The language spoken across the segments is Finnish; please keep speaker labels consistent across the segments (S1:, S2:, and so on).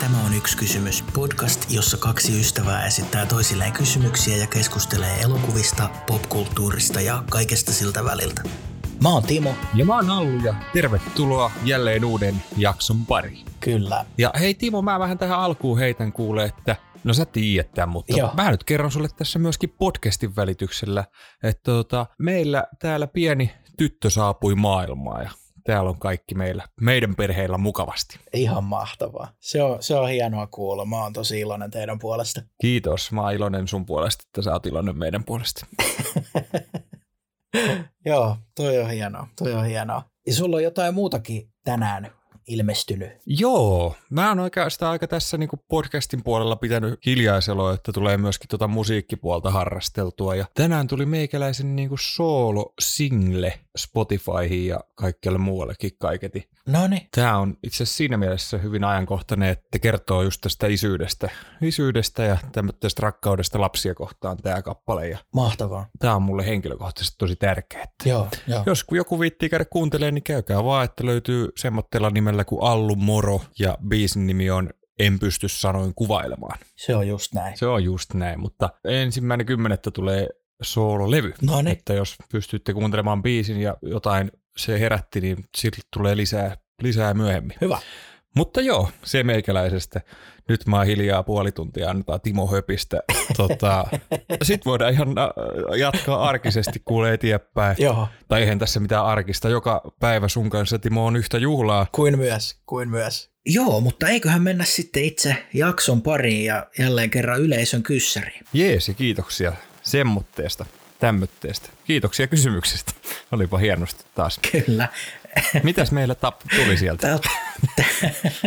S1: Tämä on yksi kysymys. Podcast, jossa kaksi ystävää esittää toisilleen kysymyksiä ja keskustelee elokuvista, popkulttuurista ja kaikesta siltä väliltä. Mä oon Timo.
S2: Ja mä oon Allu ja tervetuloa jälleen uuden jakson pariin.
S1: Kyllä.
S2: Ja hei Timo, mä vähän tähän alkuun heitän kuule, että no sä tiedät tämän, mutta
S1: Joo.
S2: Joo. mä nyt kerron sulle tässä myöskin podcastin välityksellä, että tota, meillä täällä pieni tyttö saapui maailmaan ja täällä on kaikki meillä, meidän perheillä mukavasti.
S1: Ihan mahtavaa. Se on, se on hienoa kuulla. Mä oon tosi iloinen teidän puolesta.
S2: Kiitos, mä oon iloinen sun puolesta, että sä oot iloinen meidän puolesta.
S1: Joo, toi on hienoa. Toi on hienoa. Ja sulla on jotain muutakin tänään ilmestynyt.
S2: Joo, mä oon oikeastaan aika tässä niinku podcastin puolella pitänyt hiljaiseloa, että tulee myöskin tota musiikkipuolta harrasteltua. Ja tänään tuli meikäläisen niinku solo single Spotifyhin ja kaikkialle muuallekin kaiketi.
S1: No niin.
S2: Tämä on itse asiassa siinä mielessä hyvin ajankohtainen, että kertoo just tästä isyydestä, isyydestä ja tämmöisestä rakkaudesta lapsia kohtaan tämä kappale. Ja
S1: Mahtavaa.
S2: tämä on mulle henkilökohtaisesti tosi tärkeä.
S1: Joo, joo.
S2: Jos joku viittii käydä kuuntelemaan, niin käykää vaan, että löytyy semmoitteella nimellä kuin Allu Moro ja biisin nimi on En pysty sanoin kuvailemaan.
S1: Se on just näin.
S2: Se on just näin, mutta ensimmäinen kymmenettä tulee soololevy.
S1: No niin.
S2: Että jos pystytte kuuntelemaan biisin ja jotain se herätti, niin siltä tulee lisää, lisää myöhemmin.
S1: Hyvä.
S2: Mutta joo, se meikäläisestä. Nyt mä oon hiljaa puoli tuntia, annetaan Timo Höpistä. Tota, Sitten voidaan ihan äh, jatkaa arkisesti, kuulee eteenpäin.
S1: Joo.
S2: Tai eihän tässä mitään arkista. Joka päivä sun kanssa, Timo, on yhtä juhlaa.
S1: Kuin myös, kuin myös. Joo, mutta eiköhän mennä sitten itse jakson pariin ja jälleen kerran yleisön kyssäriin.
S2: Jees ja kiitoksia semmutteesta, tämmötteestä. Kiitoksia kysymyksestä. Olipa hienosti taas.
S1: Kyllä.
S2: Mitäs meillä tap- tuli sieltä?
S1: Täällä,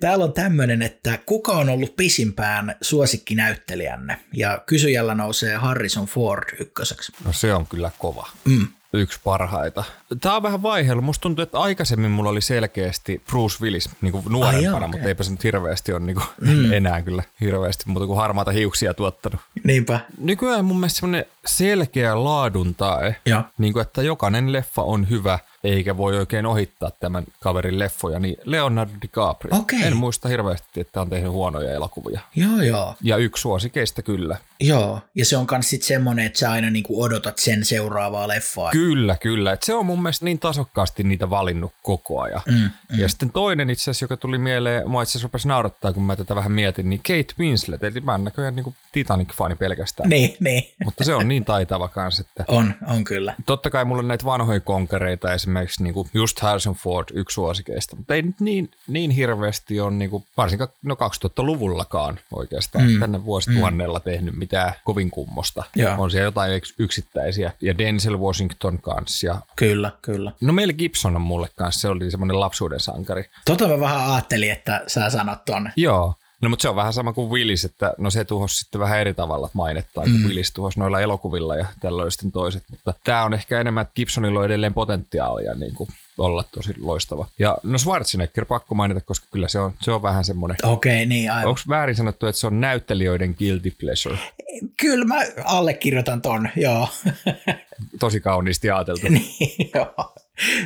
S1: täällä on tämmöinen, että kuka on ollut pisimpään suosikkinäyttelijänne? Ja kysyjällä nousee Harrison Ford ykköseksi.
S2: No se on kyllä kova.
S1: Mm.
S2: Yksi parhaita. Tämä on vähän vaihdellut. Musta tuntuu, että aikaisemmin mulla oli selkeästi Bruce Willis niin kuin
S1: Ai
S2: nuorempana,
S1: joo,
S2: Ai,
S1: okei.
S2: mutta eipä se nyt hirveästi ole niin kuin, mm. enää kyllä hirveästi muuta kuin harmaata hiuksia tuottanut.
S1: Niinpä.
S2: Nykyään mun mielestä semmoinen selkeä laadun tae,
S1: Joo.
S2: niin kuin, että jokainen leffa on hyvä, eikä voi oikein ohittaa tämän kaverin leffoja, niin Leonardo DiCaprio.
S1: Okei.
S2: En muista hirveästi, että on tehnyt huonoja elokuvia.
S1: Joo, joo.
S2: Ja yksi suosikeista kyllä.
S1: Joo. Ja se on myös sitten semmoinen, että sä aina niinku odotat sen seuraavaa leffaa.
S2: Kyllä, kyllä. Et se on mun mielestä niin tasokkaasti niitä valinnut koko ajan.
S1: mm, mm.
S2: Ja sitten toinen itse asiassa, joka tuli mieleen, mua itse asiassa rupesi naurattaa, kun mä tätä vähän mietin, niin Kate Winslet, eli mä en näköjään niin Titanic-fani pelkästään.
S1: Niin, niin.
S2: Mutta se on niin taitava kans, että
S1: On, on kyllä.
S2: Totta kai mulla on näitä vanhoja konkareita, esimerkiksi niinku just Harrison Ford, yksi suosikeista, mutta ei nyt niin, niin hirveästi ole niinku, varsinkaan no 2000-luvullakaan oikeastaan
S1: Mm.
S2: mm. tänne vuosituhannella mm. tehnyt mitään kovin kummosta.
S1: Joo.
S2: On siellä jotain yks- yksittäisiä ja Denzel Washington kanssa ja
S1: Kyllä, kyllä.
S2: No Mel Gibson on mulle kanssa, se oli semmoinen lapsuuden sankari.
S1: Tota mä vähän ajattelin, että sä sanot ton.
S2: Joo, no mutta se on vähän sama kuin Willis, että no se tuhosi sitten vähän eri tavalla mainettaan, kun
S1: Mm.
S2: Willis tuhosi noilla elokuvilla ja tällöin sitten toiset, mutta tämä on ehkä enemmän, että Gibsonilla on edelleen potentiaalia niin kuin olla tosi loistava. Ja no Schwarzenegger pakko mainita, koska kyllä se on, se on vähän semmoinen,
S1: Okei, niin aivan.
S2: onko väärin sanottu, että se on näyttelijöiden guilty pleasure?
S1: Kyllä mä allekirjoitan ton, joo.
S2: Tosi kauniisti ajateltu.
S1: niin, joo.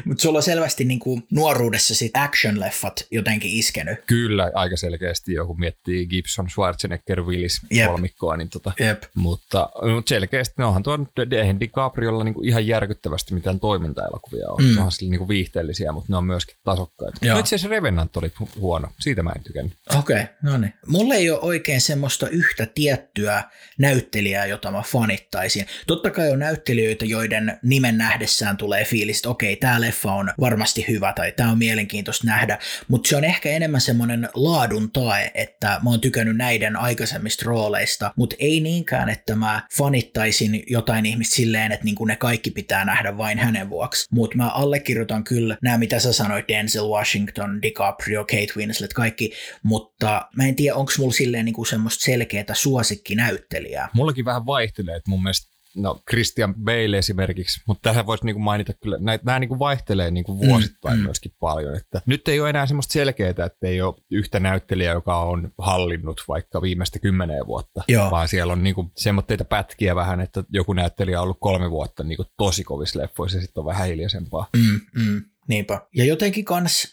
S1: Mutta sulla on selvästi niinku nuoruudessa sit action-leffat jotenkin iskenyt.
S2: Kyllä, aika selkeästi joku miettii Gibson, Schwarzenegger, Willis
S1: Jep.
S2: kolmikkoa, niin tota,
S1: Jep.
S2: Mutta, mutta selkeästi, no onhan tuon eihän DiCapriolla niin ihan järkyttävästi mitään toimintaelokuvia on.
S1: Mm.
S2: Mm. Onhan sillä niin viihteellisiä, mutta ne on myöskin tasokkaita.
S1: Joo.
S2: No itse asiassa Revenant oli hu- huono, siitä mä en tykännyt.
S1: Okei, okay, no niin. Mulla ei ole oikein semmoista yhtä tiettyä näyttelijää, jota mä fanittaisin. Totta kai on näyttelijöitä, joiden nimen nähdessään tulee fiilis, että okei, okay, tämä leffa on varmasti hyvä tai tämä on mielenkiintoista nähdä, mutta se on ehkä enemmän semmoinen laadun tae, että mä oon tykännyt näiden aikaisemmista rooleista, mutta ei niinkään, että mä fanittaisin jotain ihmistä silleen, että niinku ne kaikki pitää nähdä vain hänen vuoksi. Mutta mä allekirjoitan kyllä nämä, mitä sä sanoit, Denzel Washington, DiCaprio, Kate Winslet, kaikki, mutta mä en tiedä, onko mulla silleen niinku semmoista selkeää suosikkinäyttelijää.
S2: Mullakin vähän vaihtelee, että mun mielestä No Christian Bale esimerkiksi, mutta tähän voisi niinku mainita kyllä, näitä, nämä niinku vaihtelee niinku vuosittain
S1: Mm,
S2: mm,
S1: mm.
S2: myöskin paljon. Että nyt ei ole enää semmoista selkeää, että ei ole yhtä näyttelijää, joka on hallinnut vaikka viimeistä kymmeneen vuotta,
S1: Joo.
S2: vaan siellä on niinku semmoitteita pätkiä vähän, että joku näyttelijä on ollut kolme vuotta niinku tosi kovissa leffoissa ja sitten on vähän hiljaisempaa.
S1: Mm, mm. Niinpä. Ja jotenkin kans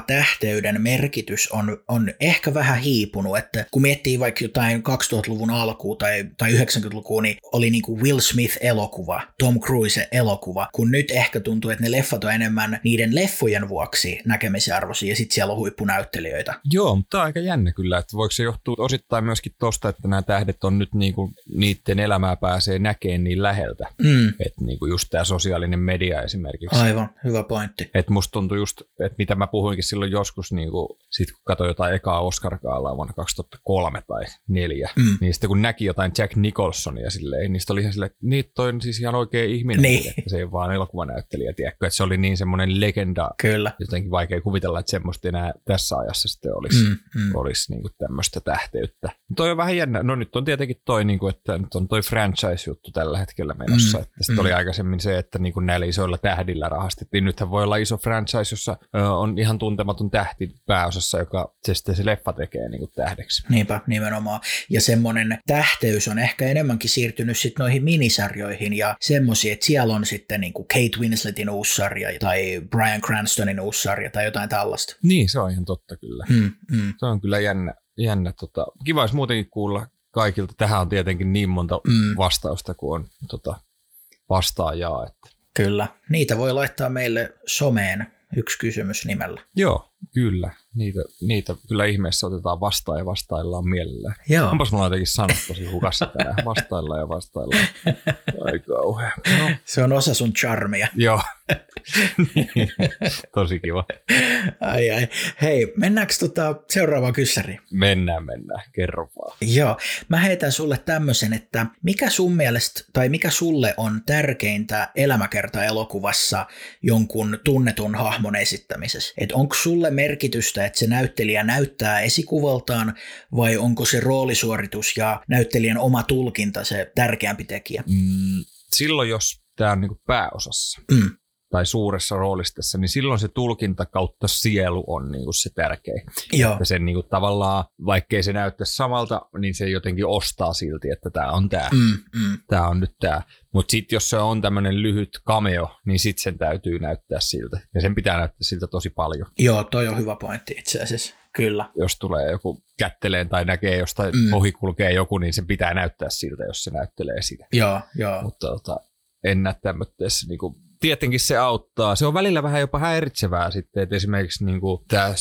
S1: elokuvatähteyden merkitys on, on ehkä vähän hiipunut, että kun miettii vaikka jotain 2000-luvun alkua tai, tai 90-lukua, niin oli niinku Will Smith-elokuva, Tom Cruise-elokuva, kun nyt ehkä tuntuu, että ne leffat on enemmän niiden leffojen vuoksi näkemisen arvoisia ja sitten siellä on huippunäyttelijöitä.
S2: Joo, mutta tämä on aika jännä kyllä, että voiko se johtua osittain myöskin tosta, että nämä tähdet on nyt niinku, niiden elämää pääsee näkemään niin läheltä.
S1: Mm.
S2: Että niinku just tämä sosiaalinen media esimerkiksi.
S1: Aivan, hyvä pointti.
S2: Et musta tuntuu just, että mitä mä puhuinkin silloin joskus, niin kun, sit kun katsoin jotain ekaa oscar vuonna 2003 tai 2004,
S1: Mm.
S2: niin sitten kun näki jotain Jack Nicholsonia silleen, niin sitten oli ihan silleen, että niin toi on siis ihan oikea ihminen,
S1: Niin.
S2: että se ei ole vaan elokuvanäyttelijä, tiedätkö, että se oli niin semmoinen legenda,
S1: Kyllä.
S2: jotenkin vaikea kuvitella, että semmoista enää tässä ajassa sitten olisi. Mm.
S1: Mm, mm.
S2: olisi niin tämmöistä tähteyttä. Toi on vähän jännä. No nyt on tietenkin toi, niin kuin, että nyt on toi franchise-juttu tällä hetkellä menossa.
S1: Mm,
S2: Mm, että sitten
S1: mm.
S2: mm. oli aikaisemmin se, että niin kuin näillä isoilla tähdillä rahastettiin. Nythän voi olla iso franchise, jossa ö, on ihan tuntematon tähti pääosassa, joka se sitten se leffa tekee niin kuin tähdeksi.
S1: Niinpä, nimenomaan. Ja semmoinen tähteys on ehkä enemmänkin siirtynyt sitten noihin minisarjoihin ja semmoisiin, että siellä on sitten niinku Kate Winsletin uusi sarja tai Brian Cranstonin uusi sarja tai jotain tällaista.
S2: Niin, se on ihan totta kyllä.
S1: Mm, mm,
S2: Se on kyllä jännä. jännä tota. Kiva olisi muutenkin kuulla kaikilta. Tähän on tietenkin niin monta
S1: mm,
S2: vastausta kuin on tota, vastaajaa. Että.
S1: kyllä. Niitä voi laittaa meille someen yksi kysymys nimellä.
S2: Joo, kyllä. Niitä, niitä kyllä ihmeessä otetaan vastaan ja vastaillaan mielellään.
S1: Joo.
S2: Onpas mulla jotenkin sanat tosi hukassa tänään. Vastaillaan ja vastaillaan. Ai kauhean. No.
S1: Se on osa sun charmia.
S2: Joo. tosi kiva.
S1: Ai ai. Hei, mennäänkö tota seuraavaan kyssäriin?
S2: Mennään, mennään. Kerro vaan.
S1: Joo, mä heitän sulle tämmöisen, että mikä sun mielestä tai mikä sulle on tärkeintä elämäkerta elokuvassa jonkun tunnetun hahmon esittämisessä? Et onko sulle merkitystä, että se näyttelijä näyttää esikuvaltaan vai onko se roolisuoritus ja näyttelijän oma tulkinta se tärkeämpi tekijä?
S2: Mm, silloin, jos tämä on niinku pääosassa
S1: Mm,
S2: tai suuressa roolissa tässä, niin silloin se tulkinta kautta sielu on niinku se tärkein.
S1: joo,
S2: Että sen niinku tavallaan, vaikkei se näyttäisi samalta, niin se jotenkin ostaa silti, että tämä on tämä.
S1: mm, mm,
S2: tämä on nyt tämä. Mutta sitten jos se on tämmöinen lyhyt cameo, niin sitten sen täytyy näyttää siltä. Ja sen pitää näyttää siltä tosi paljon.
S1: joo, toi on hyvä pointti itse asiassa. Kyllä,
S2: Jos tulee joku kätteleen tai näkee jostain
S1: Mm.
S2: mm. ohi kulkee joku, niin sen pitää näyttää siltä, jos se näyttelee sitä.
S1: joo, joo.
S2: Mutta tota, en näe tämmöisessä niinku, tietenkin se auttaa. Se on välillä vähän jopa häiritsevää sitten, että esimerkiksi niinku, tämä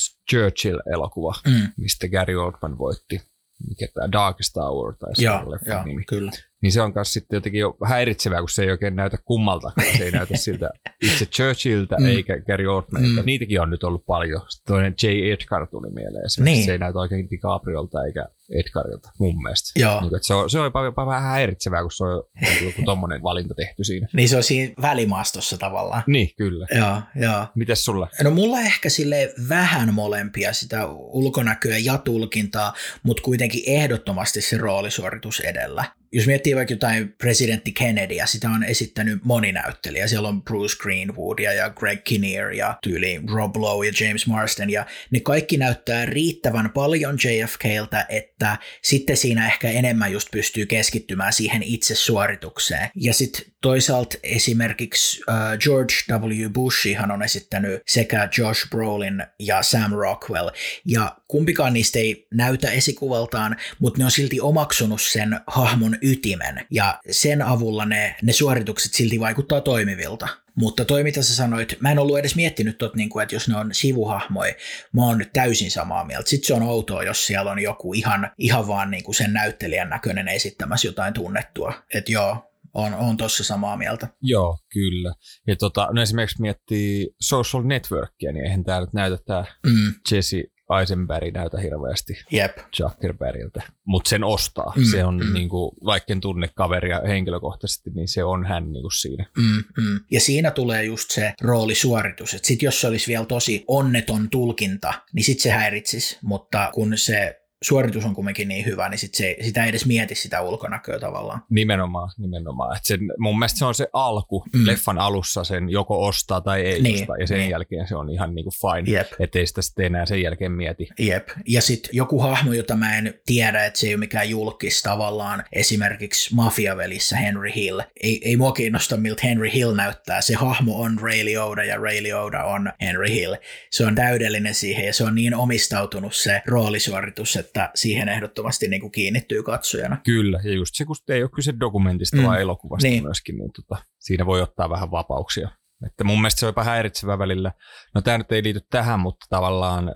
S2: Churchill-elokuva,
S1: Mm,
S2: mistä Gary Oldman voitti, mikä tämä Darkest Hour tai se
S1: joo,
S2: on leffan
S1: joo,
S2: nimi
S1: kyllä.
S2: niin se on myös sitten jotenkin jo häiritsevää, kun se ei oikein näytä kummalta. Se ei näytä siltä itse Churchilliltä
S1: Mm.
S2: mm. eikä Gary Oldmanilta.
S1: Mm.
S2: Mm. Niitäkin on nyt ollut paljon. Sitten Toinen J. Edgar tuli mieleen. esimerkiksi.
S1: Niin.
S2: Se ei näytä oikein DiCapriolta eikä Edgarilta mun mielestä.
S1: Joo.
S2: Niin, että se on, se on jopa, jopa vähän häiritsevää, kun se on joku tommonen valinta tehty siinä.
S1: Niin se on siinä välimaastossa tavallaan.
S2: Niin, kyllä.
S1: Joo, joo.
S2: Mites sulla?
S1: No mulla ehkä sille vähän molempia sitä ulkonäköä ja tulkintaa, mutta kuitenkin ehdottomasti se roolisuoritus edellä. Jos miettii vaikka jotain presidentti Kennedyä, sitä on esittänyt moni näyttelijä. Siellä on Bruce Greenwoodia ja Greg Kinnear ja tyyli Rob Lowe ja James Marsden ja ne kaikki näyttää riittävän paljon JFKltä, että sitten siinä ehkä enemmän just pystyy keskittymään siihen itse suoritukseen. Ja sitten toisaalta esimerkiksi äh, George W. Bushihan on esittänyt sekä Josh Brolin ja Sam Rockwell, ja kumpikaan niistä ei näytä esikuvaltaan, mutta ne on silti omaksunut sen hahmon ytimen, ja sen avulla ne, ne suoritukset silti vaikuttaa toimivilta. Mutta toi, mitä sä sanoit, mä en ollut edes miettinyt tot, niin kuin, että jos ne on sivuhahmoja, mä oon nyt täysin samaa mieltä. Sitten se on outoa, jos siellä on joku ihan, ihan vaan niin kuin sen näyttelijän näköinen esittämässä jotain tunnettua. Että joo, on, on tossa samaa mieltä.
S2: Joo, kyllä. Ja tota, no esimerkiksi miettii social networkia, niin eihän tää nyt näytä tää
S1: Mm,
S2: Jesse Eisenberg näytä hirveästi
S1: jep,
S2: Zuckerbergiltä, mutta sen ostaa.
S1: Mm,
S2: Mm, se on,
S1: mm.
S2: mm. niin kuin, vaikka en tunne kaveria henkilökohtaisesti, niin se on hän niin kuin siinä.
S1: mm, mm. Ja siinä tulee just se roolisuoritus. Että sit jos se olisi vielä tosi onneton tulkinta, niin sit se häiritsisi. Mutta kun se suoritus on kumminkin niin hyvä, niin sit se, sitä ei edes mieti sitä ulkonäköä tavallaan.
S2: Nimenomaan, nimenomaan. Et sen, mun mielestä se on se alku,
S1: Mm.
S2: mm. leffan alussa sen joko ostaa tai ei
S1: Niin,
S2: niin, osta, ja sen
S1: niin.
S2: niin. jälkeen se on ihan niinku fine,
S1: Jep.
S2: ettei sitä sitten enää sen jälkeen mieti.
S1: Jep. Ja sitten joku hahmo, jota mä en tiedä, että se ei ole mikään julkis tavallaan, esimerkiksi Mafiavelissä Henry Hill. Ei, ei mua kiinnosta, miltä Henry Hill näyttää. Se hahmo on Ray Liotta ja Ray Liotta on Henry Hill. Se on täydellinen siihen ja se on niin omistautunut se roolisuoritus, että siihen ehdottomasti niin kuin kiinnittyy katsojana.
S2: Kyllä, ja just se, kun ei ole kyse dokumentista,
S1: Mm.
S2: mm. vaan elokuvasta
S1: Niin.
S2: niin. myöskin, niin tota, siinä voi ottaa vähän vapauksia. Että mun mielestä se on jopa häiritsevä välillä. No tämä nyt ei liity tähän, mutta tavallaan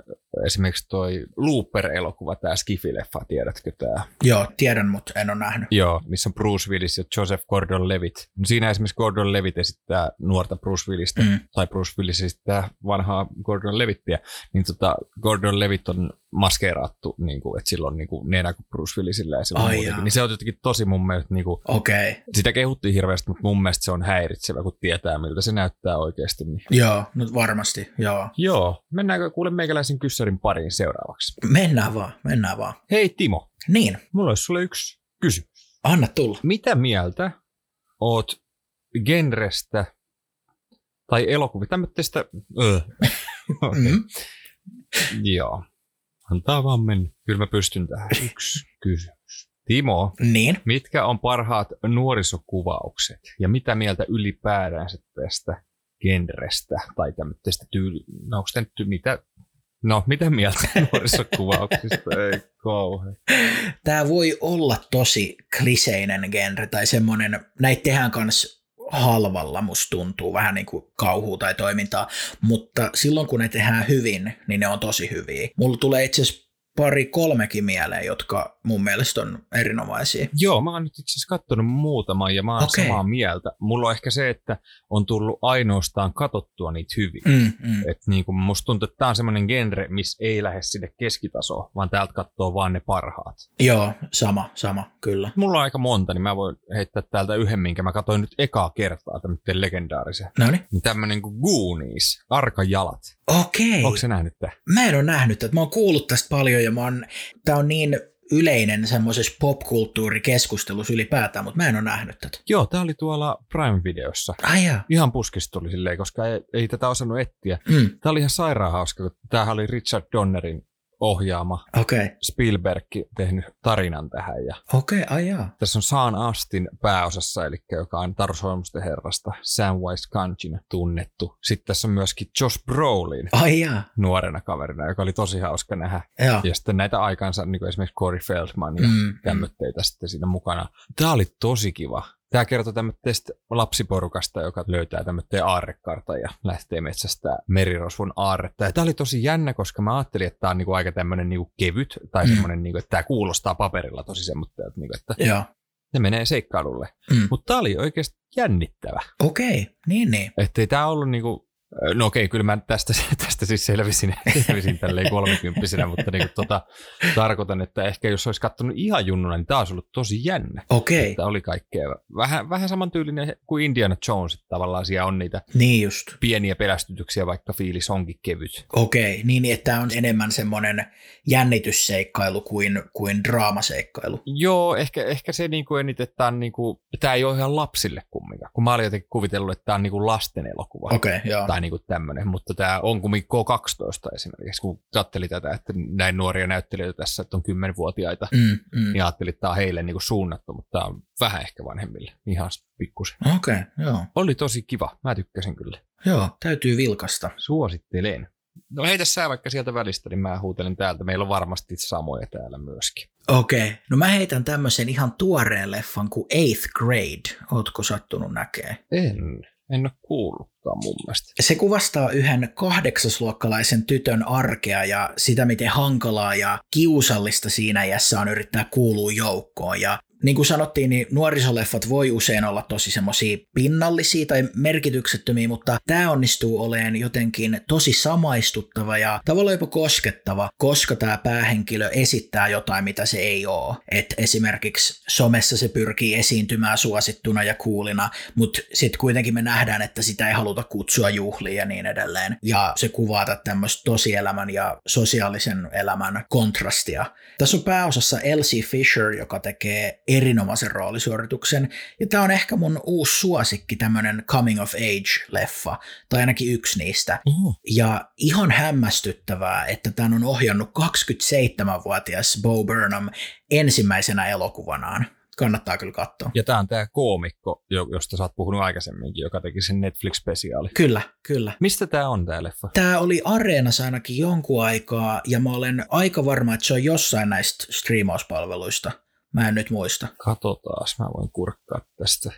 S2: esimerkiksi toi Looper-elokuva, tämä Skifi-leffa, tiedätkö tämä?
S1: Joo, tiedän, mutta en ole nähnyt.
S2: Joo, missä on Bruce Willis ja Joseph Gordon-Levitt. No siinä esimerkiksi Gordon-Levitt esittää nuorta Bruce Willistä,
S1: Mm.
S2: tai Bruce Willis esittää vanhaa Gordon Levittiä, niin tota, Gordon Levitt on maskeerattu, niin kuin, että sillä on niin kuin, nenä kuin Bruce Willisillä ja sillä on
S1: Ai jaa.
S2: muutenkin. Niin se on jotenkin tosi mun mielestä, niin kuin,
S1: Okei, okay.
S2: sitä kehuttiin hirveästi, mutta mun mielestä se on häiritsevä, kun tietää miltä se näyttää oikeasti. Niin.
S1: joo, no varmasti, joo.
S2: Joo, mennäänkö kuule meikäläisen kyssärin pariin seuraavaksi.
S1: Mennään vaan, mennään vaan.
S2: Hei Timo,
S1: Niin,
S2: mulla olisi sulle yksi kysymys.
S1: anna tulla.
S2: Mitä mieltä oot genrestä tai elokuvista, tämmöistä, öö.
S1: Mm.
S2: Joo. Antaa vaan mennä. Kyllä mä pystyn tähän. Yksi kysymys. Timo,
S1: Niin.
S2: mitkä on parhaat nuorisokuvaukset ja mitä mieltä ylipäätänsä tästä genrestä tai tämmöistä tyyli... No, onko tämä nyt mitä... No, mitä mieltä nuorisokuvauksista? Ei kauhean.
S1: tämä voi olla tosi kliseinen genre tai semmoinen, näitä tehdään kanssa halvalla, musta tuntuu vähän niin kuin kauhua tai toimintaa, mutta silloin kun ne tehdään hyvin, niin ne on tosi hyviä. Mulla tulee itse asiassa pari kolmekin mieleen, jotka mun mielestä on erinomaisia.
S2: Joo, mä oon nyt itse asiassa kattonut muutaman ja mä oon
S1: Okei.
S2: okay. samaa mieltä. Mulla on ehkä se, että on tullut ainoastaan katottua niitä hyviä.
S1: Mm, mm.
S2: Et niin kuin musta tuntuu, että tämä on semmoinen genre, missä ei lähde sinne keskitasoon, vaan täältä katsoo vaan ne parhaat.
S1: Joo, sama, sama, kyllä.
S2: Mulla on aika monta, niin mä voin heittää täältä yhden, minkä mä katsoin nyt ekaa kertaa tämmöisen legendaarisen.
S1: No niin.
S2: Niin tämmönen kuin Goonies, Arkajalat.
S1: Okei.
S2: Onko se nähnyt tää?
S1: Mä en ole nähnyt tätä. Mä oon kuullut tästä paljon ja mä oon, tää on niin yleinen semmoisessa popkulttuurikeskustelussa ylipäätään, mutta mä en ole nähnyt tätä.
S2: Joo, tää oli tuolla Prime-videossa.
S1: Ai jaa.
S2: Ihan puskista tuli silleen, koska ei, ei tätä osannut etsiä.
S1: Mm.
S2: Tää oli ihan sairaan hauska, kun tämähän oli Richard Donnerin ohjaama
S1: Okei,
S2: Spielberg tehnyt tarinan tähän. Ja
S1: okei, ai jaa.
S2: Tässä on Saan Astin pääosassa, eli joka on Taru Solmusten herrasta, Samwise Ganjin tunnettu. Sitten tässä on myöskin Josh Brolin
S1: Ai jaa,
S2: nuorena kaverina, joka oli tosi hauska nähdä.
S1: jaa.
S2: Ja sitten näitä aikansa, niin kuin esimerkiksi Corey Feldman ja
S1: Mm, mm.
S2: tämmöitteitä sitten siinä mukana. Tämä oli tosi kiva. Tämä kertoo tämmöistä lapsiporukasta, joka löytää tämmöinen aarrekartan ja lähtee metsästä merirosvon aarretta. Ja tämä oli tosi jännä, koska mä ajattelin, että tämä on niinku aika tämmöinen niinku kevyt tai
S1: Mm.
S2: semmoinen, niinku, että tämä kuulostaa paperilla tosi semmoista, että, niinku, että
S1: Joo,
S2: ne menee seikkailulle.
S1: Mm.
S2: Mm. Mutta tämä oli oikeasti jännittävä.
S1: okei, niin niin.
S2: Että ei tämä ollut niinku, no okei, kyllä mä tästä, tästä siis selvisin, selvisin tälleen kolmikymppisenä, mutta niinku tota, tarkoitan, että ehkä jos olisi kattonut ihan junnuna, niin tämä olisi ollut tosi jännä.
S1: Okei,
S2: Tämä oli kaikkea. Vähän, vähän samantyylinen kuin Indiana Jones, että tavallaan siellä on niitä
S1: niin just.
S2: pieniä pelästytyksiä, vaikka fiilis onkin kevyt.
S1: Okei, niin niin, että tämä on enemmän semmoinen jännitysseikkailu kuin, kuin draamaseikkailu.
S2: Joo, ehkä, ehkä se niinku eniten, että tämä niinku, tää ei ole ihan lapsille kumminkaan, kun mä olin jotenkin kuvitellut, että tämä on niinku lasten elokuva.
S1: Okei, joo.
S2: tai niinku tämmöinen, mutta tämä on kumminkin K12 esimerkiksi, kun katteli tätä, että näin nuoria näyttelijöitä tässä, että on 10-vuotiaita,
S1: Mm, mm.
S2: niin ajattelin, että tämä on heille niinku suunnattu, mutta tämä on vähän ehkä vanhemmille, ihan pikkusen.
S1: Okei, joo.
S2: Oli tosi kiva, mä tykkäsin kyllä.
S1: Joo, täytyy vilkasta.
S2: Suosittelen. No heitä sä vaikka sieltä välistä, niin mä huutelen täältä. Meillä on varmasti samoja täällä myöskin.
S1: Okei, no mä heitän tämmöisen ihan tuoreen leffan kuin Eighth Grade. Ootko sattunut näkee?
S2: En, en ole kuullutkaan mun mielestä.
S1: Se kuvastaa yhden kahdeksasluokkalaisen tytön arkea ja sitä, miten hankalaa ja kiusallista siinä iässä on yrittää kuulua joukkoon. Ja Niin kuin sanottiin, niin nuorisoleffat voi usein olla tosi semmoisia pinnallisia tai merkityksettömiä, mutta tämä onnistuu oleen jotenkin tosi samaistuttava ja tavallaan jopa koskettava, koska tämä päähenkilö esittää jotain, mitä se ei ole. Et esimerkiksi somessa se pyrkii esiintymään suosittuna ja kuulina, mutta sitten kuitenkin me nähdään, että sitä ei haluta kutsua juhliin ja niin edelleen. Ja se kuvaa tämmöistä tosielämän ja sosiaalisen elämän kontrastia. Tässä on pääosassa Elsie Fisher, joka tekee erinomaisen roolisuorituksen. Ja tämä on ehkä mun uusi suosikki, tämmönen coming of age-leffa, tai ainakin yksi niistä.
S2: Oho.
S1: Ja ihan hämmästyttävää, että tämän on ohjannut 27-vuotias Bo Burnham ensimmäisenä elokuvanaan. Kannattaa kyllä katsoa.
S2: Ja tämä on tämä koomikko, jo- josta sä oot puhunut aikaisemminkin, joka teki sen Netflix-spesiaali.
S1: Kyllä, kyllä.
S2: Mistä tämä on tämä leffa?
S1: Tämä oli Areenassa ainakin jonkun aikaa, ja mä olen aika varma, että se on jossain näistä striimauspalveluista. Mä en nyt muista.
S2: Katotaas, mä voin kurkkaa tästä.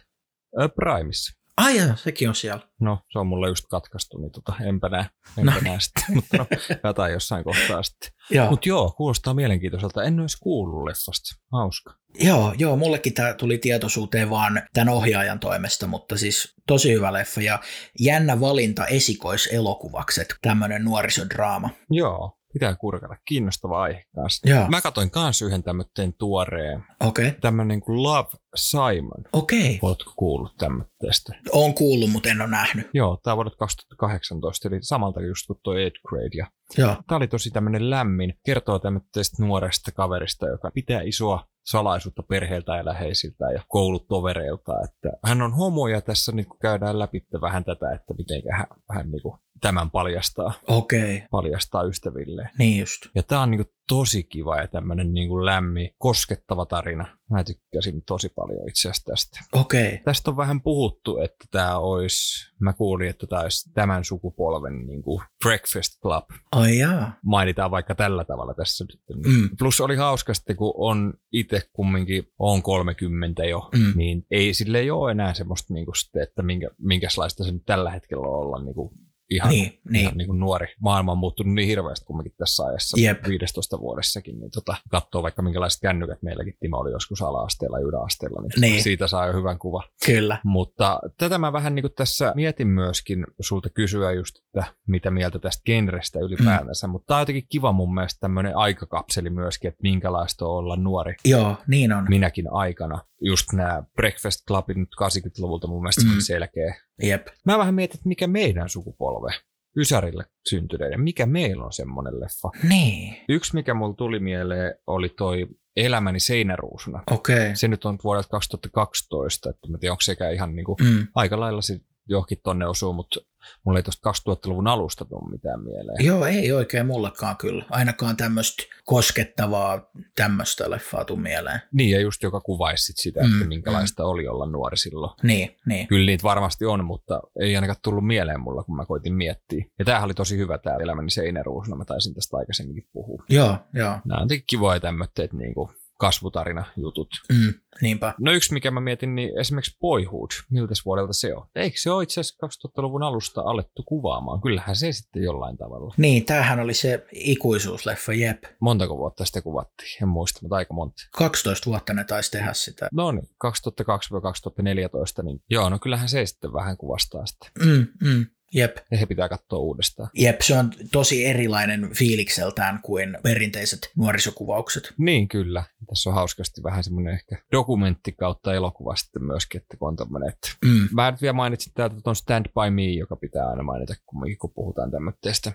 S2: Ö, Primessa.
S1: Ai jaa, sekin on siellä.
S2: No, se on mulle just katkaistu, niin tota, enpä näe, enpä
S1: No niin.
S2: näe sitten. Mutta no, jotain jossain kohtaa sitten.
S1: Joo.
S2: Mutta joo, kuulostaa mielenkiintoiselta. En olisi kuullut leffasta. Hauska.
S1: Joo, joo, mullekin tämä tuli tietoisuuteen vaan tämän ohjaajan toimesta, mutta siis tosi hyvä leffa ja jännä valinta esikoiselokuvaksi, että tämmöinen nuorisodraama.
S2: Joo, pitää kurkata. Kiinnostava aihe kanssa.
S1: Joo,
S2: Mä katsoin kans yhden tämmöten tuoreen,
S1: okei. Okay.
S2: tämmönen kuin Love Simon.
S1: Okei, okay.
S2: Oletko kuullut tämmöistä?
S1: on kuullut, mutta en ole nähnyt.
S2: Joo, tämä vuodet 2018, eli samalta just kuin tuo Eighth Grade. Ja
S1: Joo,
S2: tämä oli tosi tämmöinen lämmin, kertoo tämmöisestä nuoresta kaverista, joka pitää isoa salaisuutta perheeltä ja läheisiltä ja koulutovereilta. Että hän on homo ja tässä niin käydään läpi vähän tätä, että miten hän, hän niin tämän paljastaa,
S1: okei, okay.
S2: paljastaa ystävilleen.
S1: niin just.
S2: Ja tämä on niinku tosi kiva ja tämmöinen niinku lämmin, koskettava tarina. Mä tykkäsin tosi paljon itse asiassa tästä.
S1: Okei, okay.
S2: Tästä on vähän puhuttu, että tämä olisi, mä kuulin, että tämä olisi tämän sukupolven niinku Breakfast Club.
S1: ai jaa,
S2: Mainitaan vaikka tällä tavalla tässä nyt. niin-
S1: mm,
S2: Plus oli hauska sitten, kun on itse kumminkin, on 30 jo,
S1: Mm.
S2: mm. niin ei sille ei ole enää semmoista, niinku sitten, että minkä, minkälaista se nyt tällä hetkellä on olla niinku ihan
S1: niin, niin.
S2: ihan niin kuin nuori maailma on muuttunut niin hirveästi kumminkin tässä ajassa,
S1: Jep.
S2: 15 vuodessakin, niin tota, katsoo vaikka minkälaiset kännykät meilläkin Timo oli joskus ala-asteella, yläasteella, niin,
S1: Niin.
S2: niin, siitä saa jo hyvän kuvan.
S1: Kyllä,
S2: Mutta tätä mä vähän niin kuin tässä mietin myöskin sulta kysyä just, että mitä mieltä tästä genrestä ylipäätänsä, mutta tämä on jotenkin kiva mun mielestä tämmöinen aikakapseli myöskin, että minkälaista on olla nuori
S1: joo, niin on.
S2: minäkin aikana. Just nämä Breakfast Clubin nyt 80-luvulta mun mielestä
S1: Mm.
S2: mm. selkeä
S1: Jep,
S2: Mä vähän mietin, että mikä meidän sukupolve Ysärille syntyneiden, mikä meillä on semmoinen leffa.
S1: niin,
S2: Yksi, mikä mulla tuli mieleen, oli toi Elämäni seinäruusuna.
S1: okei,
S2: Se nyt on vuodelta 2012, että mä tiedän, onko sekään ihan niinku,
S1: okay. mm.
S2: aika lailla se johonkin tonne osuu, mutta mulla ei tuosta 2000-luvun alusta tule mitään mieleen.
S1: Joo, ei oikein mullakaan kyllä. Ainakaan tämmöistä koskettavaa tämmöistä leffaa tuu mieleen.
S2: Niin, ja just joka kuvaisi sit sitä,
S1: Mm,
S2: että minkälaista oli olla nuori silloin.
S1: Niin, niin.
S2: Kyllä niitä varmasti on, mutta ei ainakaan tullut mieleen mulla, kun mä koitin miettiä. Ja tämähän oli tosi hyvä tämä Elämäni seinäruusuna, mä taisin tästä aikaisemminkin puhua.
S1: Joo, joo.
S2: nämä on jotenkin kivoja tämmöiset niinku kasvutarina jutut.
S1: Mm, niinpä.
S2: No yksi, mikä mä mietin, niin esimerkiksi Boyhood, miltä vuodelta se on? Eikö se ole itse asiassa 2000-luvun alusta alettu kuvaamaan? Kyllähän se sitten jollain tavalla.
S1: Niin, tämähän oli se ikuisuusleffa, jep.
S2: Montako vuotta sitä kuvattiin? En muista, mutta aika monta.
S1: 12 vuotta ne taisi tehdä sitä.
S2: No niin, 2002-2014, niin joo, no kyllähän se sitten vähän kuvastaa sitä.
S1: Mm, mm, jep.
S2: Ja he pitää katsoa uudestaan.
S1: Jep, se on tosi erilainen fiilikseltään kuin perinteiset nuorisokuvaukset.
S2: Niin kyllä, tässä on hauskasti vähän semmoinen ehkä dokumentti kautta elokuva sitten myöskin, että kun on tämmöinen, että
S1: Mm.
S2: Mä nyt vielä mainitsin täältä tuon Stand By Me, joka pitää aina mainita, kumminkin, kun puhutaan tämmöistä.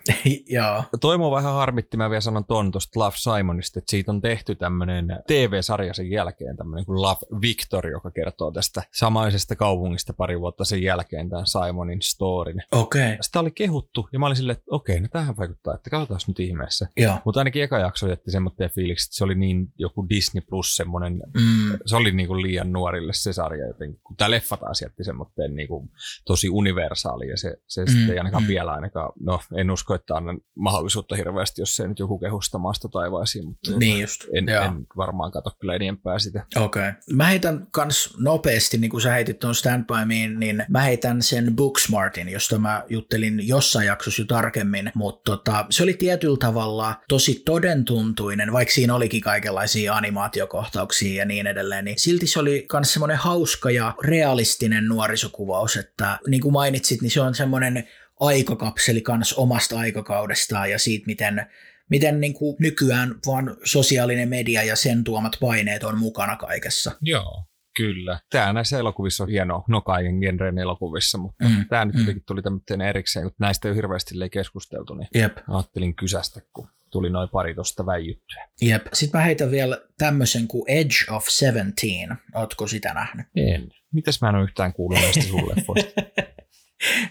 S1: joo,
S2: Toi mua vähän harmitti, mä vielä sanon ton tuosta Love Simonista, että siitä on tehty tämmöinen TV-sarja sen jälkeen, tämmöinen kuin Love Victor, joka kertoo tästä samaisesta kaupungista pari vuotta sen jälkeen tämän Simonin storin.
S1: okei. Okay.
S2: Sitä oli kehuttu, ja mä olin silleen, että okei, no tähän vaikuttaa, että katsotaan nyt ihmeessä.
S1: Joo.
S2: Mutta ainakin eka jakso jätti semmoinen fiiliksi, että se oli niin joku Disney Plus semmoinen
S1: Mm,
S2: se oli niinku liian nuorille se sarja jotenkin, kun tämä leffa taas jätti semmoinen niinku tosi universaali ja se, se mm, sitten ei ainakaan
S1: mm.
S2: mm. vielä ainakaan, no en usko, että annan mahdollisuutta hirveästi, jos ei nyt joku kehusta maasta taivaisiin, mutta
S1: niin just.
S2: en,
S1: joo.
S2: en, varmaan katso kyllä enempää sitä.
S1: Okei. Okay. Mä heitän kans nopeasti, niin kuin sä heitit tuon Stand By Me, niin mä heitän sen Booksmartin, josta mä juttelin jossain jaksossa jo tarkemmin, mutta tota, se oli tietyllä tavalla tosi todentuntuinen, vaikka siinä olikin kaikenlaisia animaatiokohtauksiin ja niin edelleen, niin silti se oli myös semmoinen hauska ja realistinen nuorisokuvaus, että niin kuin mainitsit, niin se on semmoinen aikakapseli kans omasta aikakaudestaan ja siitä, miten miten niin kuin nykyään vaan sosiaalinen media ja sen tuomat paineet on mukana kaikessa.
S2: Joo. Kyllä. Tämä näissä elokuvissa on hienoa, no kaiken genren elokuvissa, mutta
S1: Mm.
S2: tämä nyt
S1: Mm.
S2: jotenkin tuli tämmöinen erikseen, kun näistä ei ole hirveästi silleen keskusteltu, niin
S1: Jep.
S2: ajattelin kysästä, kun tuli noin pari tuosta väijyttyä.
S1: Jep. Sitten mä heitän vielä tämmöisen kuin Edge of 17. Ootko sitä nähnyt?
S2: En. Mitäs mä en ole yhtään kuullut näistä sun leffoista?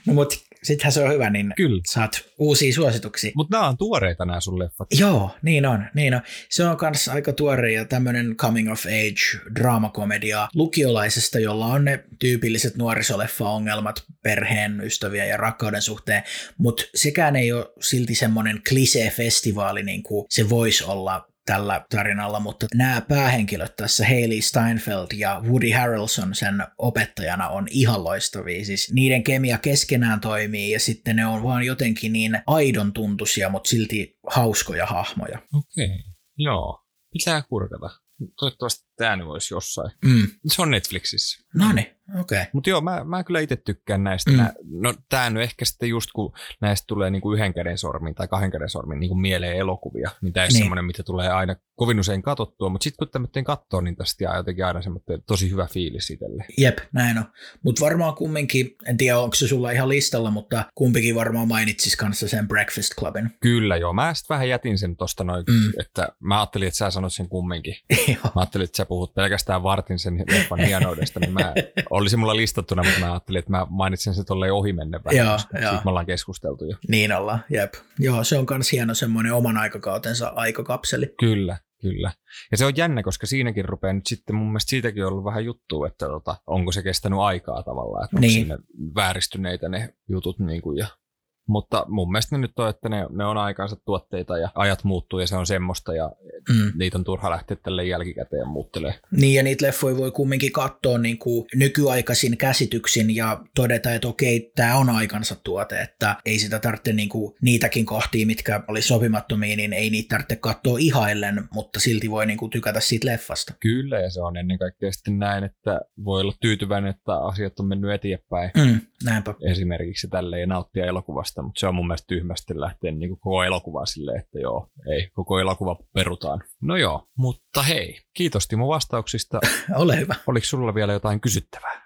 S1: No mut sittenhän se on hyvä, niin
S2: Kyllä.
S1: saat uusia suosituksia.
S2: Mutta nämä on tuoreita nämä sun leffat.
S1: Joo, niin on, niin on. Se on kans aika tuore ja tämmönen coming of age draamakomedia lukiolaisesta, jolla on ne tyypilliset nuorisoleffa-ongelmat perheen, ystäviä ja rakkauden suhteen, mutta sekään ei ole silti semmoinen klisee-festivaali niin kuin se voisi olla tällä tarinalla, mutta nämä päähenkilöt tässä, Hailey Steinfeld ja Woody Harrelson sen opettajana on ihan loistavia. Siis niiden kemia keskenään toimii ja sitten ne on vaan jotenkin niin aidon tuntuisia, mutta silti hauskoja hahmoja.
S2: Okei. Okay. Joo. Pitää kurkata. Toivottavasti tämä nyt voisi jossain.
S1: Mm.
S2: Se on Netflixissä.
S1: No niin, okei.
S2: Mutta joo, mä, mä kyllä itse tykkään näistä.
S1: Mm.
S2: Mm. Nä, no tää nyt ehkä sitten just kun näistä tulee niinku yhden käden sormin tai kahden käden sormin niinku mieleen elokuvia, niin tämä ei
S1: Niin.
S2: niin. semmoinen, mitä tulee aina kovin usein katsottua, mutta sitten kun tämmöinen katsoo, niin tästä jää jotenkin aina semmoinen tosi hyvä fiilis itselle.
S1: Jep, näin on. Mutta varmaan kumminkin, en tiedä onko se sulla ihan listalla, mutta kumpikin varmaan mainitsis kanssa sen Breakfast Clubin.
S2: Kyllä joo, mä sitten vähän jätin sen tosta noin,
S1: Mm.
S2: mm. että mä ajattelin, että sä sanot sen kumminkin.
S1: Joo.
S2: Mä ajattelin, että sä puhut pelkästään vartin sen leffan hienoudesta, niin mä olisi mulla listattuna, mutta mä ajattelin, että mä mainitsen sen tolleen ohi menne vähän.
S1: Joo,
S2: koska
S1: joo.
S2: Siitä me ollaan keskusteltu jo.
S1: Niin ollaan, jep. Joo, se on myös hieno semmoinen oman aikakautensa aikakapseli.
S2: Kyllä, kyllä. Ja se on jännä, koska siinäkin rupeaa nyt sitten, mun mielestä siitäkin on ollut vähän juttua, että tota, onko se kestänyt aikaa tavallaan, että
S1: Niin.
S2: niin. sinne vääristyneitä ne jutut. Niin kuin ja, mutta mun mielestä ne nyt on, että ne, ne on aikaansa tuotteita ja ajat muuttuu ja se on semmoista ja
S1: Mm.
S2: niitä on turha lähteä tälle jälkikäteen muuttelee.
S1: Niin, ja niitä leffoja voi kumminkin katsoa niin kuin nykyaikaisin käsityksin ja todeta, että okei, tämä on aikansa tuote, että ei sitä tarvitse niin kuin niitäkin kohtia, mitkä oli sopimattomia, niin ei niitä tarvitse katsoa ihaillen, mutta silti voi niin kuin tykätä siitä leffasta.
S2: Kyllä ja se on ennen kaikkea sitten näin, että voi olla tyytyväinen, että asiat on mennyt eteenpäin
S1: Mm, näinpä.
S2: esimerkiksi tälleen ja nauttia elokuvasta, mutta se on mun mielestä tyhmästi lähteä niin kuin koko elokuvaa silleen, että joo, ei, koko elokuva perutaan. No joo, mutta hei, kiitos Timo vastauksista.
S1: Ole hyvä.
S2: Oliko sulla vielä jotain kysyttävää?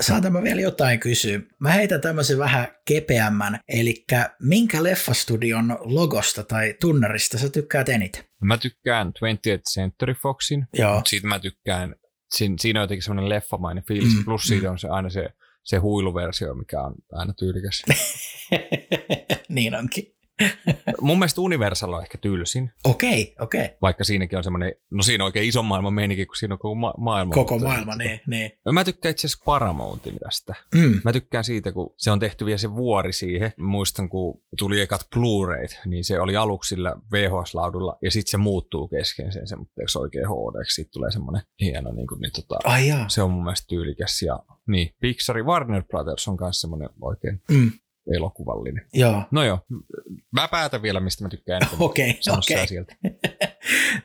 S1: Saatan mä vielä jotain kysyä. Mä heitän tämmöisen vähän kepeämmän, eli minkä leffastudion logosta tai tunnarista sä tykkäät eniten?
S2: Mä tykkään 20th Century Foxin,
S1: Joo.
S2: mutta siitä mä tykkään, siinä, siinä on jotenkin semmoinen leffamainen fiilis,
S1: Mm,
S2: mm, plus siitä on se aina se, se huiluversio, mikä on aina tyylikäs.
S1: niin onkin.
S2: mun mielestä Universal on ehkä tylsin,
S1: Okei, okei.
S2: vaikka siinäkin on semmoinen, no siinä on oikein ison maailman meininki, kun siinä on koko ma- maailma.
S1: Koko
S2: Mutta-
S1: maailma, niin. niin.
S2: Mä tykkään itse asiassa Paramountin tästä.
S1: Mm.
S2: Mä tykkään siitä, kun se on tehty vielä se vuori siihen. Muistan, kun tuli ekat Blu-rayt, niin se oli aluksi sillä VHS-laudulla, ja sitten se muuttuu kesken sen semmoitteeksi oikein HD. Siitä tulee semmoinen hieno, niin kuin, niin tota,
S1: Ai jaa.
S2: se on mun mielestä tyylikäs. Ja, niin, Pixar Warner Brothers on myös semmoinen oikein
S1: Mm.
S2: elokuvallinen.
S1: Joo.
S2: No joo, mä päätän vielä, mistä mä tykkään. eniten.
S1: Okei,
S2: Sano
S1: okei.
S2: sä sieltä.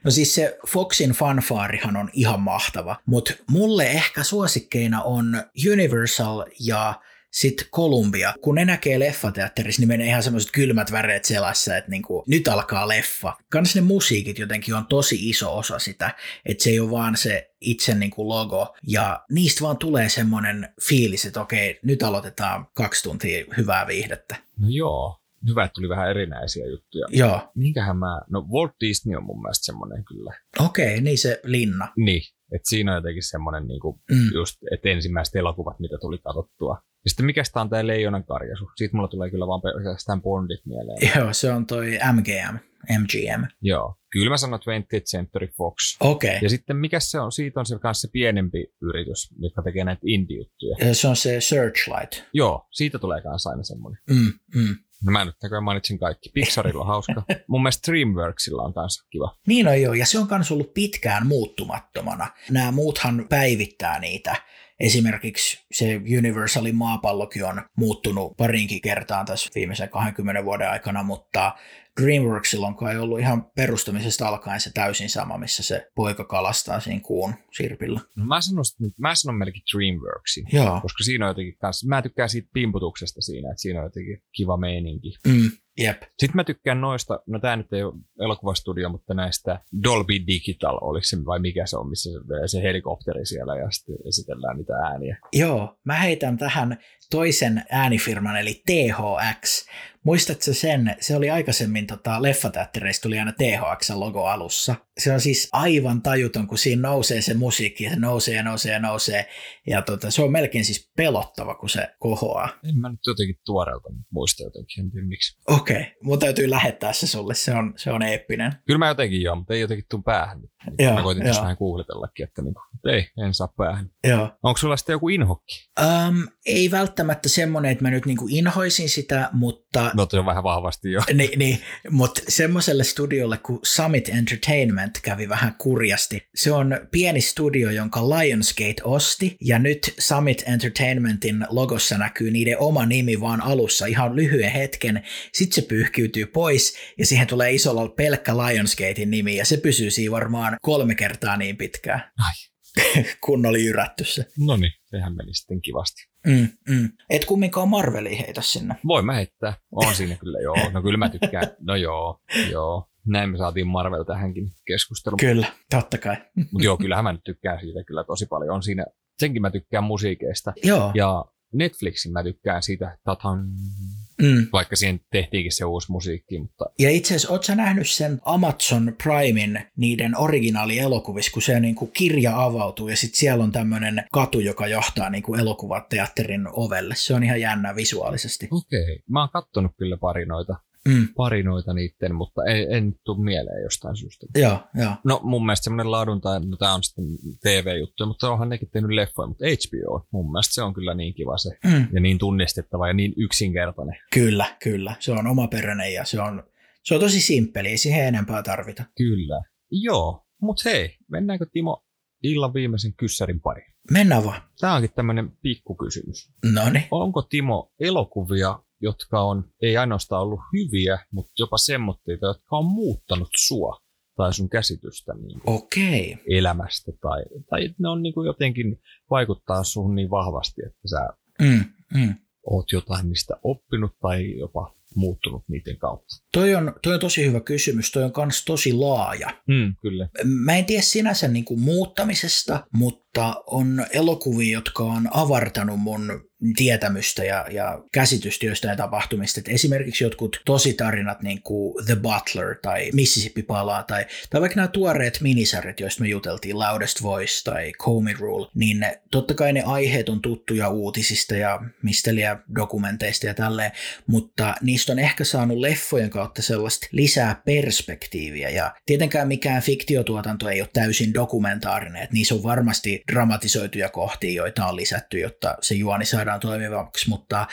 S1: No siis se Foxin fanfaarihan on ihan mahtava, mutta mulle ehkä suosikkeina on Universal ja sitten Columbia. Kun ne näkee leffateatterissa, niin menee ihan semmoiset kylmät väreet selässä, että niinku, nyt alkaa leffa. Kans ne musiikit jotenkin on tosi iso osa sitä, että se ei ole vaan se itse niinku logo. Ja niistä vaan tulee semmoinen fiilis, että okei, nyt aloitetaan kaksi tuntia hyvää viihdettä.
S2: No joo, hyvä, että tuli vähän erinäisiä juttuja.
S1: Joo,
S2: Minkähän mä, no Walt Disney on mun mielestä semmoinen kyllä
S1: okei, niin se linna.
S2: Niin, että siinä on jotenkin semmoinen niinku,
S1: Mm.
S2: just, että ensimmäiset elokuvat, mitä tuli katsottua. Ja sitten mikä tämä on tämä Leijonan karjasu? Siitä mulla tulee kyllä vaan pelkästään Bondit mieleen.
S1: Joo, se on toi MGM, MGM.
S2: Joo. Kyllä mä sanon 20th Century Fox.
S1: Okei.
S2: Ja sitten mikä se on? Siitä on se myös se pienempi yritys, joka tekee näitä indie-juttuja.
S1: Se on se Searchlight.
S2: Joo, siitä tulee myös aina semmoinen.
S1: Mm, mm.
S2: No mä nyt näköjään mainitsin kaikki. Pixarilla on hauska. Mun mielestä Dreamworksilla on kanssa kiva.
S1: Niin on joo, ja se on myös ollut pitkään muuttumattomana. Nämä muuthan päivittää niitä, Esimerkiksi se Universalin maapallokin on muuttunut parinkin kertaan tässä viimeisen 20 vuoden aikana, mutta DreamWorksilla on kai ollut ihan perustamisesta alkaen se täysin sama, missä se poika kalastaa siinä kuun sirpillä.
S2: No mä sanon, mä sanon melkein Dreamworksin,
S1: Joo.
S2: koska siinä on jotenkin kans, mä tykkään siitä pimputuksesta siinä, että siinä on jotenkin kiva meininki.
S1: Mm, jep.
S2: Sitten mä tykkään noista, no tää nyt ei ole elokuvastudio, mutta näistä Dolby Digital, oliko se vai mikä se on, missä se, se helikopteri siellä ja sitten esitellään niitä ääniä.
S1: Joo, mä heitän tähän toisen äänifirman, eli THX. Muistatko sen? Se oli aikaisemmin tota, leffateattereissa tuli aina THX-logo alussa. Se on siis aivan tajuton, kun siinä nousee se musiikki, ja se nousee ja nousee ja nousee. Ja tota, se on melkein siis pelottava, kun se kohoaa.
S2: En mä nyt jotenkin tuoreelta muista jotenkin, en tiedä miksi.
S1: Okei, okay. mun täytyy lähettää se sulle, se on, se on eeppinen.
S2: Kyllä mä jotenkin joo, mutta ei jotenkin tuu päähän. Niin,
S1: Joo,
S2: mä koitin tässä
S1: joo.
S2: vähän googletellakin, että niin kuin, ei, en saa päähän.
S1: Joo.
S2: Onko sulla sitten joku inhokki?
S1: Öm, ei välttämättä semmoinen, että mä nyt niinku inhoisin sitä, mutta
S2: No se on vähän vahvasti jo.
S1: Ni, niin, mutta semmoiselle studiolle kuin Summit Entertainment kävi vähän kurjasti. Se on pieni studio, jonka Lionsgate osti, ja nyt Summit Entertainmentin logossa näkyy niiden oma nimi vaan alussa ihan lyhyen hetken. Sitten se pyyhkiytyy pois, ja siihen tulee isolla pelkkä Lionsgatein nimi, ja se pysyy siinä varmaan kolme kertaa niin pitkään,
S2: Ai,
S1: kun oli jyrätty se.
S2: no niin, sehän meni sitten kivasti.
S1: Mm, mm. Et kumminkaan Marveli heitä sinne.
S2: Voi mä heittää. On siinä kyllä, joo. No kyllä mä tykkään. No joo, joo. Näin me saatiin Marvel tähänkin keskusteluun.
S1: Kyllä, totta kai.
S2: Mutta joo, kyllähän mä nyt tykkään siitä kyllä tosi paljon. On siinä, senkin mä tykkään musiikeista.
S1: Joo.
S2: Ja Netflixin mä tykkään siitä, tatan,
S1: Mm.
S2: vaikka siihen tehtiinkin se uusi musiikki, mutta
S1: Ja itse asiassa, ootko sä nähnyt sen Amazon Primin niiden originaalielokuvissa, kun se niin kuin kirja avautuu ja sitten siellä on tämmöinen katu, joka johtaa niin kuin elokuvateatterin ovelle. Se on ihan jännä visuaalisesti.
S2: okei. Okay. Mä oon kattonut kyllä pari noita,
S1: Mm.
S2: pari noita niitten, mutta ei, en tuu mieleen jostain syystä.
S1: Joo, joo.
S2: No mun mielestä semmoinen laadun, tai no tää on sitten TV-juttu, mutta onhan nekin tehnyt leffoja, mutta HBO mun mielestä se on kyllä niin kiva se
S1: Mm.
S2: ja niin tunnistettava ja niin yksinkertainen.
S1: Kyllä, kyllä. Se on omaperäinen ja se on, se on tosi simppeli, ei siihen enempää tarvita.
S2: Kyllä. Joo, mutta hei, mennäänkö Timo illan viimeisen kyssärin pariin?
S1: Mennään vaan.
S2: Tämä onkin tämmöinen pikkukysymys.
S1: Noni.
S2: Onko Timo elokuvia, jotka on ei ainoastaan ollut hyviä, mutta jopa semmoitteita, jotka on muuttanut sua tai sun käsitystä niin
S1: Okei.
S2: elämästä tai, tai ne on niin kuin jotenkin vaikuttaa sun niin vahvasti, että sä
S1: Mm. Mm.
S2: oot jotain niistä oppinut tai jopa muuttunut niiden kautta.
S1: Toi on, toi on tosi hyvä kysymys, toi on kans tosi laaja.
S2: Mm, kyllä.
S1: mä en tiedä sinänsä niin kuin muuttamisesta, mutta on elokuvia, jotka on avartanut mun tietämystä ja, ja käsitystä jostain tapahtumista. Et esimerkiksi jotkut tositarinat, niin kuin The Butler tai Mississippi palaa, tai, tai vaikka nämä tuoreet minisarjat, joista me juteltiin, Loudest Voice tai Comey Rule, niin ne- totta kai ne aiheet on tuttuja uutisista ja mistä liian dokumenteista ja tälleen, mutta niistä on ehkä saanut leffojen kautta sellaista lisää perspektiiviä. Ja tietenkään mikään fiktiotuotanto ei ole täysin dokumentaarinen, että niissä on varmasti dramatisoituja kohtia, joita on lisätty, jotta se juoni saadaan toimivaksi, mutta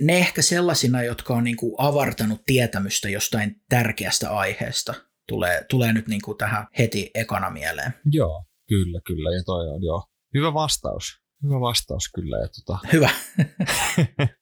S1: ne ehkä sellaisina, jotka on niin kuin avartanut tietämystä jostain tärkeästä aiheesta. Tulee, tulee nyt niin kuin tähän heti ekana mieleen.
S2: Joo, kyllä, kyllä. Ja toi on joo. Hyvä vastaus. Hyvä vastaus kyllä. Ja tota,
S1: Hyvä.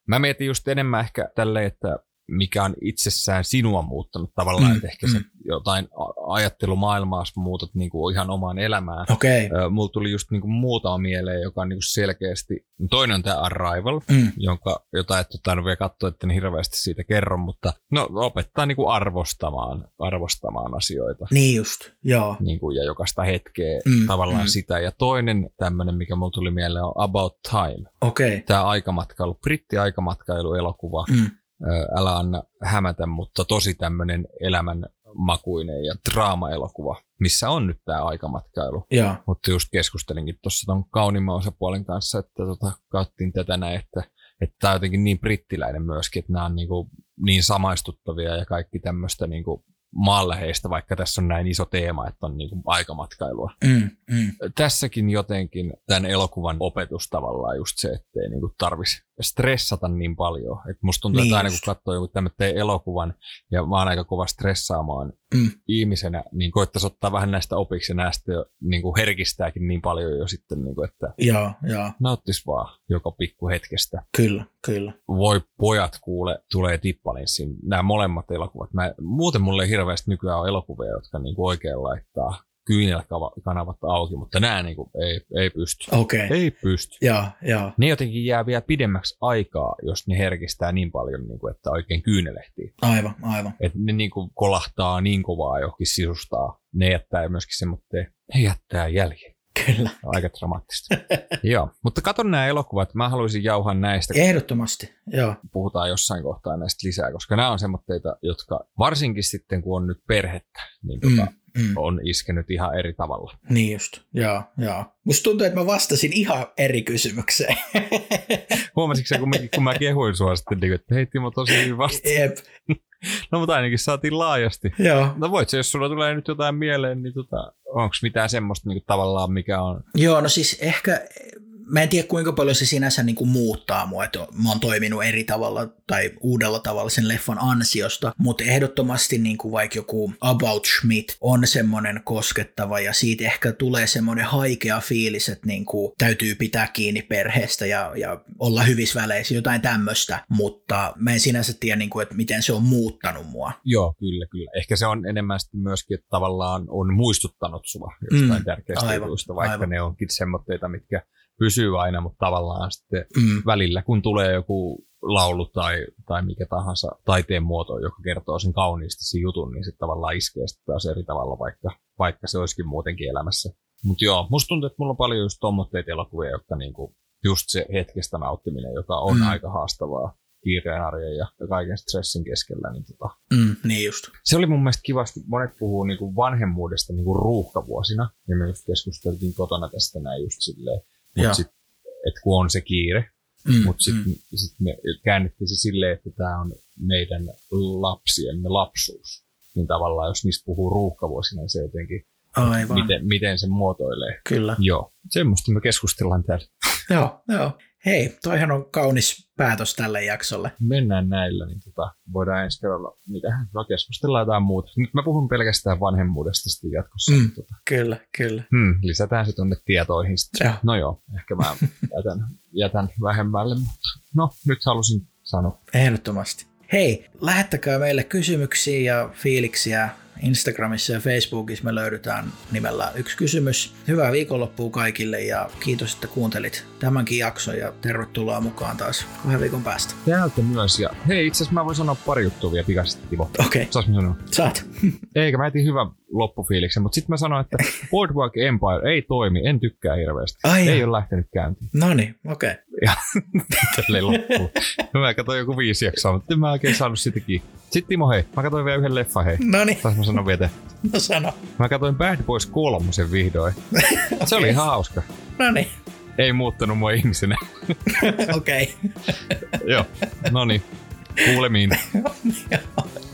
S2: mä mietin just enemmän ehkä tälleen, että mikä on itsessään sinua muuttanut tavallaan,
S1: Mm,
S2: mm, että ehkä mm. se
S1: mm.
S2: jotain a- ajattelumaailmaa sä muutat niin kuin ihan omaan elämään.
S1: Okei. Okay.
S2: Ö, Mulla tuli just niin kuin muutama mieleen, joka on niin kuin selkeästi, toinen on tämä Arrival,
S1: Mm.
S2: jonka, jota et ole tainnut vielä katsoa, etten hirveästi siitä kerro, mutta no, opettaa niin kuin arvostamaan, arvostamaan asioita
S1: Niin just, joo.
S2: niin kuin, ja jokaista hetkeä
S1: Mm,
S2: mm, tavallaan
S1: mm.
S2: mm. sitä. Ja toinen tämmöinen, mikä mulla tuli mieleen, on About Time.
S1: Okei. Okay.
S2: Tämä aikamatkailu, britti-aikamatkailuelokuva,
S1: Mm.
S2: Ö, älä anna hämätä, mutta tosi tämmöinen elämänmakuinen ja draama-elokuva, missä on nyt tämä aikamatkailu.
S1: Joo.
S2: Mutta just keskustelinkin tuossa ton kaunimman osapuolen kanssa, että tota, katsottiin tätä näin, että että tämä on jotenkin niin brittiläinen myöskin, että nämä on niin, kuin, niin samaistuttavia ja kaikki tämmöistä niin kuin maanläheistä, vaikka tässä on näin iso teema, että on niin kuin aikamatkailua.
S1: Mm. Mm.
S2: Tässäkin jotenkin tämän elokuvan opetus tavallaan just se, ettei niin kuin tarvisi stressata niin paljon. Et musta tuntuu,
S1: Niin
S2: että aina kun
S1: just.
S2: katsoo joku tämmöisen elokuvan ja mä oon aika kova stressaamaan
S1: Mm.
S2: ihmisenä, niin koittaisi ottaa vähän näistä opiksi ja näistä jo, niin kuin herkistääkin niin paljon jo sitten, niin kuin, että
S1: Joo, joo,
S2: nauttis vaan joka pikku hetkestä
S1: kyllä, kyllä.
S2: voi pojat kuule, tulee tippalinssiin. Nämä molemmat elokuvat. Mä, muuten mulle ei hirveästi nykyään ole elokuvia, jotka niinku oikein laittaa kyynelkanavat auki, mutta nämä niinku ei, ei pysty.
S1: Okei, okay.
S2: Ei pysty.
S1: joo, joo.
S2: Ne jotenkin jää vielä pidemmäksi aikaa, jos ne herkistää niin paljon, niin kuin, että oikein kyynelehtii.
S1: Aivan, aivan.
S2: Et ne niin kuin kolahtaa niin kovaa johonkin sisustaa. Ne jättää myöskin semmoitteen, ne jättää jäljen.
S1: Kyllä,
S2: Aika dramaattista. Joo, mutta katon nämä elokuvat. Mä haluaisin jauhaa näistä,
S1: ehdottomasti, joo.
S2: puhutaan jossain kohtaa näistä lisää, koska nämä on semmoitteita, jotka varsinkin sitten kun on nyt perhettä, niin
S1: Mm,
S2: tota,
S1: mm.
S2: on iskenyt ihan eri tavalla.
S1: Niin just, joo, joo. Musta tuntuu, että mä vastasin ihan eri kysymykseen.
S2: Huomasitko sä, kun mä, kun mä kehuin sua sitten, niin kuin, että hei Timo, tosi hyvin vasta.
S1: Jep,
S2: No mutta ainakin saatiin laajasti.
S1: joo.
S2: No voit se, jos sulla tulee nyt jotain mieleen, niin tota, onko mitään semmoista niin kuin, tavallaan, mikä on...
S1: Joo, no siis ehkä, mä en tiedä kuinka paljon se sinänsä niin kuin muuttaa mua, että mä oon toiminut eri tavalla tai uudella tavalla sen leffan ansiosta, mutta ehdottomasti niin kuin vaikka joku About Schmidt on semmoinen koskettava ja siitä ehkä tulee semmoinen haikea fiilis, että niin kuin täytyy pitää kiinni perheestä ja, ja olla hyvissä väleissä, jotain tämmöistä, mutta mä en sinänsä tiedä, niin kuin, että miten se on muuttanut mua.
S2: Joo, kyllä, kyllä. Ehkä se on enemmän sitten myöskin, että tavallaan on muistuttanut sua jostain
S1: Mm,
S2: mm, tärkeistä
S1: aivan,
S2: jutuista, vaikka
S1: aivan.
S2: aivan. ne onkin semmoitteita, mitkä pysyy aina, mutta tavallaan sitten
S1: Mm.
S2: välillä, kun tulee joku laulu tai, tai mikä tahansa taiteen muoto, joka kertoo sen kauniisti sen jutun, niin se tavallaan iskee sitten taas eri tavalla, vaikka, vaikka se olisikin muutenkin elämässä. Mutta joo, musta tuntuu, että mulla on paljon just tommotteita elokuvia, jotka niinku, just se hetkestä nauttiminen, joka on
S1: Mm.
S2: mm. aika haastavaa kiireen arjen ja ja kaiken stressin keskellä, niin tota,
S1: Mm, niin just.
S2: se oli mun mielestä kivasti, monet puhuu niinku vanhemmuudesta niinku ruuhkavuosina, ja me just keskusteltiin kotona tästä näin just silleen,
S1: Joo.
S2: mutta sit, et kun on se kiire,
S1: Mm,
S2: mutta sitten sit me käännettiin se silleen, että tämä on meidän lapsiemme lapsuus. Niin tavallaan, jos niistä puhuu ruuhkavuosina, niin se jotenkin,
S1: Aivan,
S2: miten, miten se muotoilee.
S1: kyllä.
S2: Joo, semmoista me keskustellaan täällä.
S1: Joo, joo. Hei, toihan on kaunis päätös tälle jaksolle.
S2: Mennään näillä, niin tota, voidaan ensi kerralla, mitä, no keskustellaan jotain muuta. Nyt mä puhun pelkästään vanhemmuudesta sitten jatkossa.
S1: Mm.
S2: Mm. Tota,
S1: Kyllä, kyllä.
S2: hmm, lisätään se tuonne tietoihin sitten.
S1: Joo.
S2: No joo, ehkä mä jätän, jätän vähemmälle, mutta no, nyt halusin sanoa.
S1: Ehdottomasti. Hei, lähettäkää meille kysymyksiä ja fiiliksiä. Instagramissa ja Facebookissa me löydetään nimellä yksi kysymys. Hyvää viikonloppua kaikille ja kiitos, että kuuntelit tämänkin jakson ja tervetuloa mukaan taas kahden viikon päästä.
S2: Täältä myös. Ja hei, itse asiassa mä voin sanoa pari juttua vielä pikaisesti, Timo.
S1: Okei, okay.
S2: Saas mä sanoa?
S1: saat.
S2: Eikä, mä etin hyvän loppufiiliksen, mutta sitten mä sanoin, että Boardwalk Empire ei toimi, en tykkää hirveästi.
S1: Ai,
S2: Ei
S1: ei
S2: ole lähtenyt käyntiin.
S1: no niin, okei. Okay.
S2: Tälleen loppuun. No mä katsoin joku viisi jaksoa, mutta en mä oikein saanut sitäkin. Sitten Timo, hei, mä katsoin vielä yhden leffan, hei.
S1: No niin,
S2: Taas mä sanon vielä. te.
S1: no sano.
S2: Mä katsoin Bad Boys kolmosen vihdoin. Se oli
S1: Okei.
S2: ihan hauska.
S1: No niin,
S2: Ei muuttanut mua ihmisenä.
S1: okei.
S2: Joo, no niin. Kuulemiin.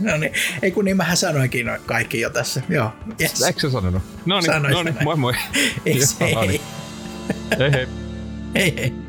S1: No niin, ei kun niin mähän sanoinkin noin kaikki jo tässä. Joo, yes.
S2: Eikö sä sanonut? No niin,
S1: Sanoin,
S2: no niin,
S1: sanoin.
S2: moi moi.
S1: Ei, se-
S2: Joo, no niin. Hei hei.
S1: Hei hei.